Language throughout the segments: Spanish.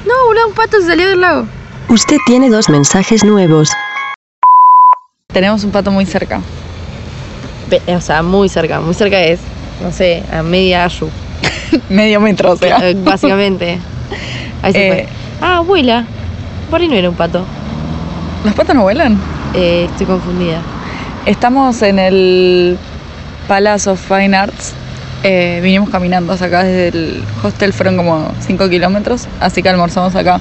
No, boludo, un pato se salió del lago. Usted tiene dos mensajes nuevos. Tenemos un pato muy cerca. Pe- O sea, muy cerca. Muy cerca es, no sé, a media ayu. Medio metro, o sea. Eh, Básicamente. Ahí se Eh. fue. Ah, abuela. Por ahí no era un pato. ¿Los patos no vuelan? Eh, estoy confundida. Estamos en el Palace of Fine Arts. Eh, vinimos caminando hasta acá desde el hostel, fueron como 5 kilómetros, así que almorzamos acá.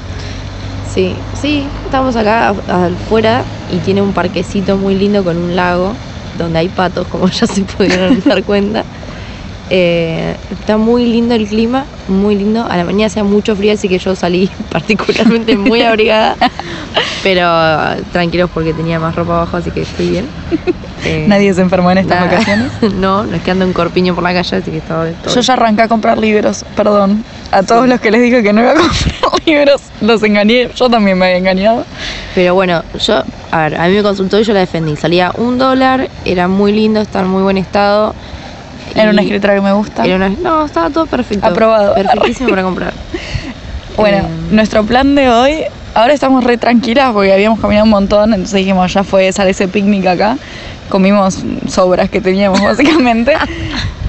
Sí, sí, estamos acá a- afuera y tiene un parquecito muy lindo con un lago donde hay patos, como ya se pudieron dar cuenta. Eh, está muy lindo el clima, muy lindo. A la mañana hacía mucho frío, así que yo salí particularmente muy abrigada, pero tranquilos porque tenía más ropa abajo, así que estoy bien. Eh, Nadie se enfermó en estas nada. vacaciones. No, no es que ando un corpiño por la calle, así que estaba todo Yo ya arranqué a comprar libros, perdón. A todos los que les dije que no iba a comprar libros, los engañé. Yo también me había engañado. Pero bueno, yo, a ver, a mí me consultó y yo la defendí. Salía un dólar, era muy lindo, estaba en muy buen estado. Era una Y escritora que me gusta. era una- no, estaba todo perfecto. Aprobado. Perfectísimo para comprar. Bueno, Eh, nuestro plan de hoy, ahora estamos re tranquilas porque habíamos caminado un montón, entonces dijimos, ya fue, sale ese picnic acá, comimos sobras que teníamos básicamente,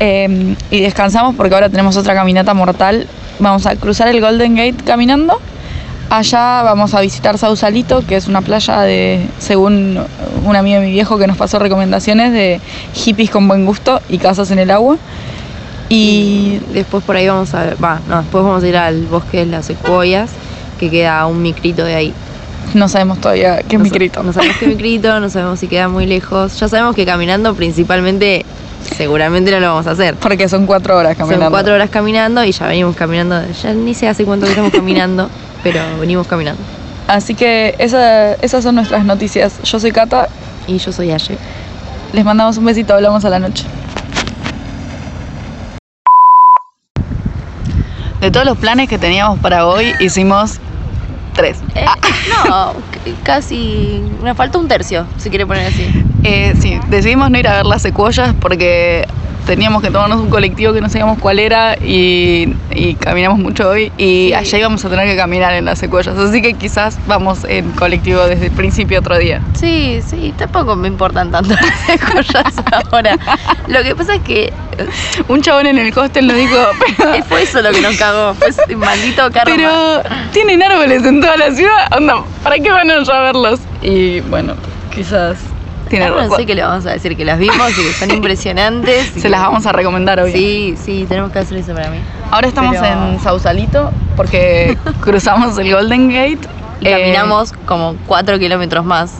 Eh, y descansamos porque ahora tenemos otra caminata mortal, vamos a cruzar el Golden Gate caminando, allá vamos a visitar Sausalito, que es una playa de, según un amigo de mi viejo que nos pasó recomendaciones de hippies con buen gusto y casas en el agua, y después por ahí vamos a va, no, después vamos a ir al bosque de las secuoyas, que queda a un micrito de ahí. no sabemos todavía qué es No mi sa- No sabemos qué micrito, no sabemos si queda muy lejos. Ya sabemos que caminando principalmente seguramente no lo vamos a hacer. Porque son cuatro horas caminando. Son cuatro horas caminando y ya venimos caminando. Ya ni sé hace cuánto que estamos caminando, pero venimos caminando. Así que esa- esas son nuestras noticias. Yo soy Cata, Y yo soy Aye. les mandamos un besito, hablamos a la noche. De todos los planes que teníamos para hoy, hicimos tres. No, c- casi. Nos falta un tercio, si quiere poner así. Eh, sí, decidimos no ir a ver las secuoyas porque teníamos que tomarnos un colectivo que no sabíamos cuál era y, y caminamos mucho hoy y Sí. allá íbamos a tener que caminar en las secuoyas. Así que quizás vamos en colectivo desde el principio otro día. Sí, sí, tampoco me importan tanto las cosas ahora. Lo que pasa es que eh, Un chabón en el hostel nos dijo, pero, fue eso lo que nos cagó. Fue ese maldito karma. pero tienen árboles en toda la ciudad, anda, ¿para qué van allá a verlos? Y bueno, quizás tienen Ah, árboles. bueno, sé que le vamos a decir que las vimos y que son impresionantes. y Se que- las vamos a recomendar hoy. Sí, sí, tenemos que hacer eso para mí. Ahora estamos Pero- en Sausalito porque cruzamos el Golden Gate. Y eh, caminamos como cuatro kilómetros más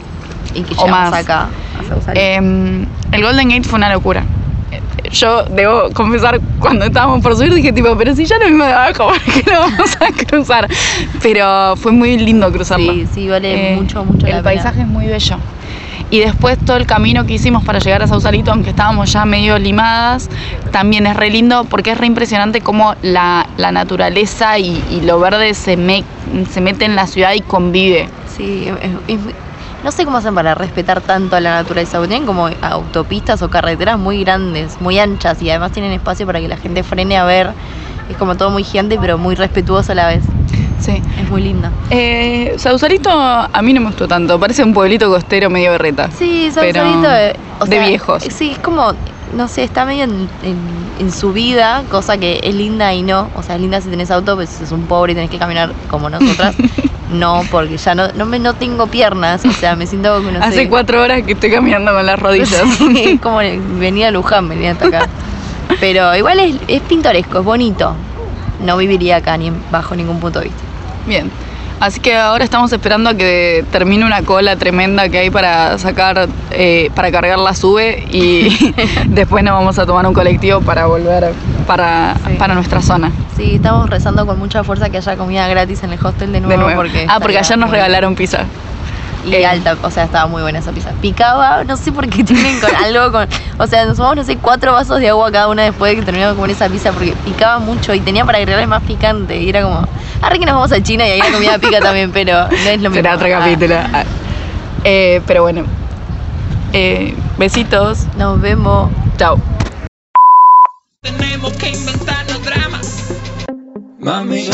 y que o llegamos más. acá a Sausalito. eh, el Golden Gate fue una locura. Yo debo confesar, cuando estábamos por subir dije tipo, pero si ya lo vimos de abajo, ¿por qué lo vamos a cruzar? Pero fue muy lindo cruzarlo. sí, sí, vale Eh, mucho, mucho El la pena. paisaje es muy bello. Y después todo el camino que hicimos para llegar a Sausalito, aunque estábamos ya medio limadas, también es re lindo porque es re impresionante cómo la, la naturaleza y, y lo verde se, me- se mete en la ciudad y convive. Sí, es- es- no sé cómo hacen para respetar tanto a la naturaleza, porque tienen como autopistas o carreteras muy grandes, muy anchas y además tienen espacio para que la gente frene a ver. Es como todo muy gigante, pero muy respetuoso a la vez. Sí. Es muy linda. Eh, Sausalito a mí no me gustó tanto, parece un pueblito costero medio berreta. Sí, Pero Sausalito. eh, o de sea, viejos. Sí, es como, no sé, está medio en, en- en su vida, cosa que es linda y no. O sea, es linda si tenés auto, pues es un pobre y tenés que caminar como nosotras. no, porque ya no, no, me, no tengo piernas, o sea, me siento como, no Hace sé, cuatro horas que estoy caminando con las rodillas. Es como venía a Luján, venía hasta acá. Pero igual es, es pintoresco, es bonito. No viviría acá ni en- bajo ningún punto de vista. Bien. Así que ahora estamos esperando a que termine una cola tremenda que hay para sacar, eh, para cargar la sube y después nos vamos a tomar un colectivo para volver para, Sí. para nuestra zona. Sí, estamos rezando con mucha fuerza que haya comida gratis en el hostel de nuevo. de nuevo. Porque ah, porque estaría ayer nos muy- regalaron pizza. Y eh. alta, o sea, estaba muy buena esa pizza. Picaba, no sé por qué tienen con algo con. O sea, nos tomamos, no sé, cuatro vasos de agua cada una después de que terminamos de comer esa pizza porque picaba mucho y tenía para agregarle más picante. Y era como, ahora que nos vamos a China y ahí la comida pica también, pero no es lo mismo. Será otro Ah, capítulo. Ah. Eh, pero bueno. Eh, besitos. nos vemos. Chao. Tenemos que inventarnos dramas. Mami,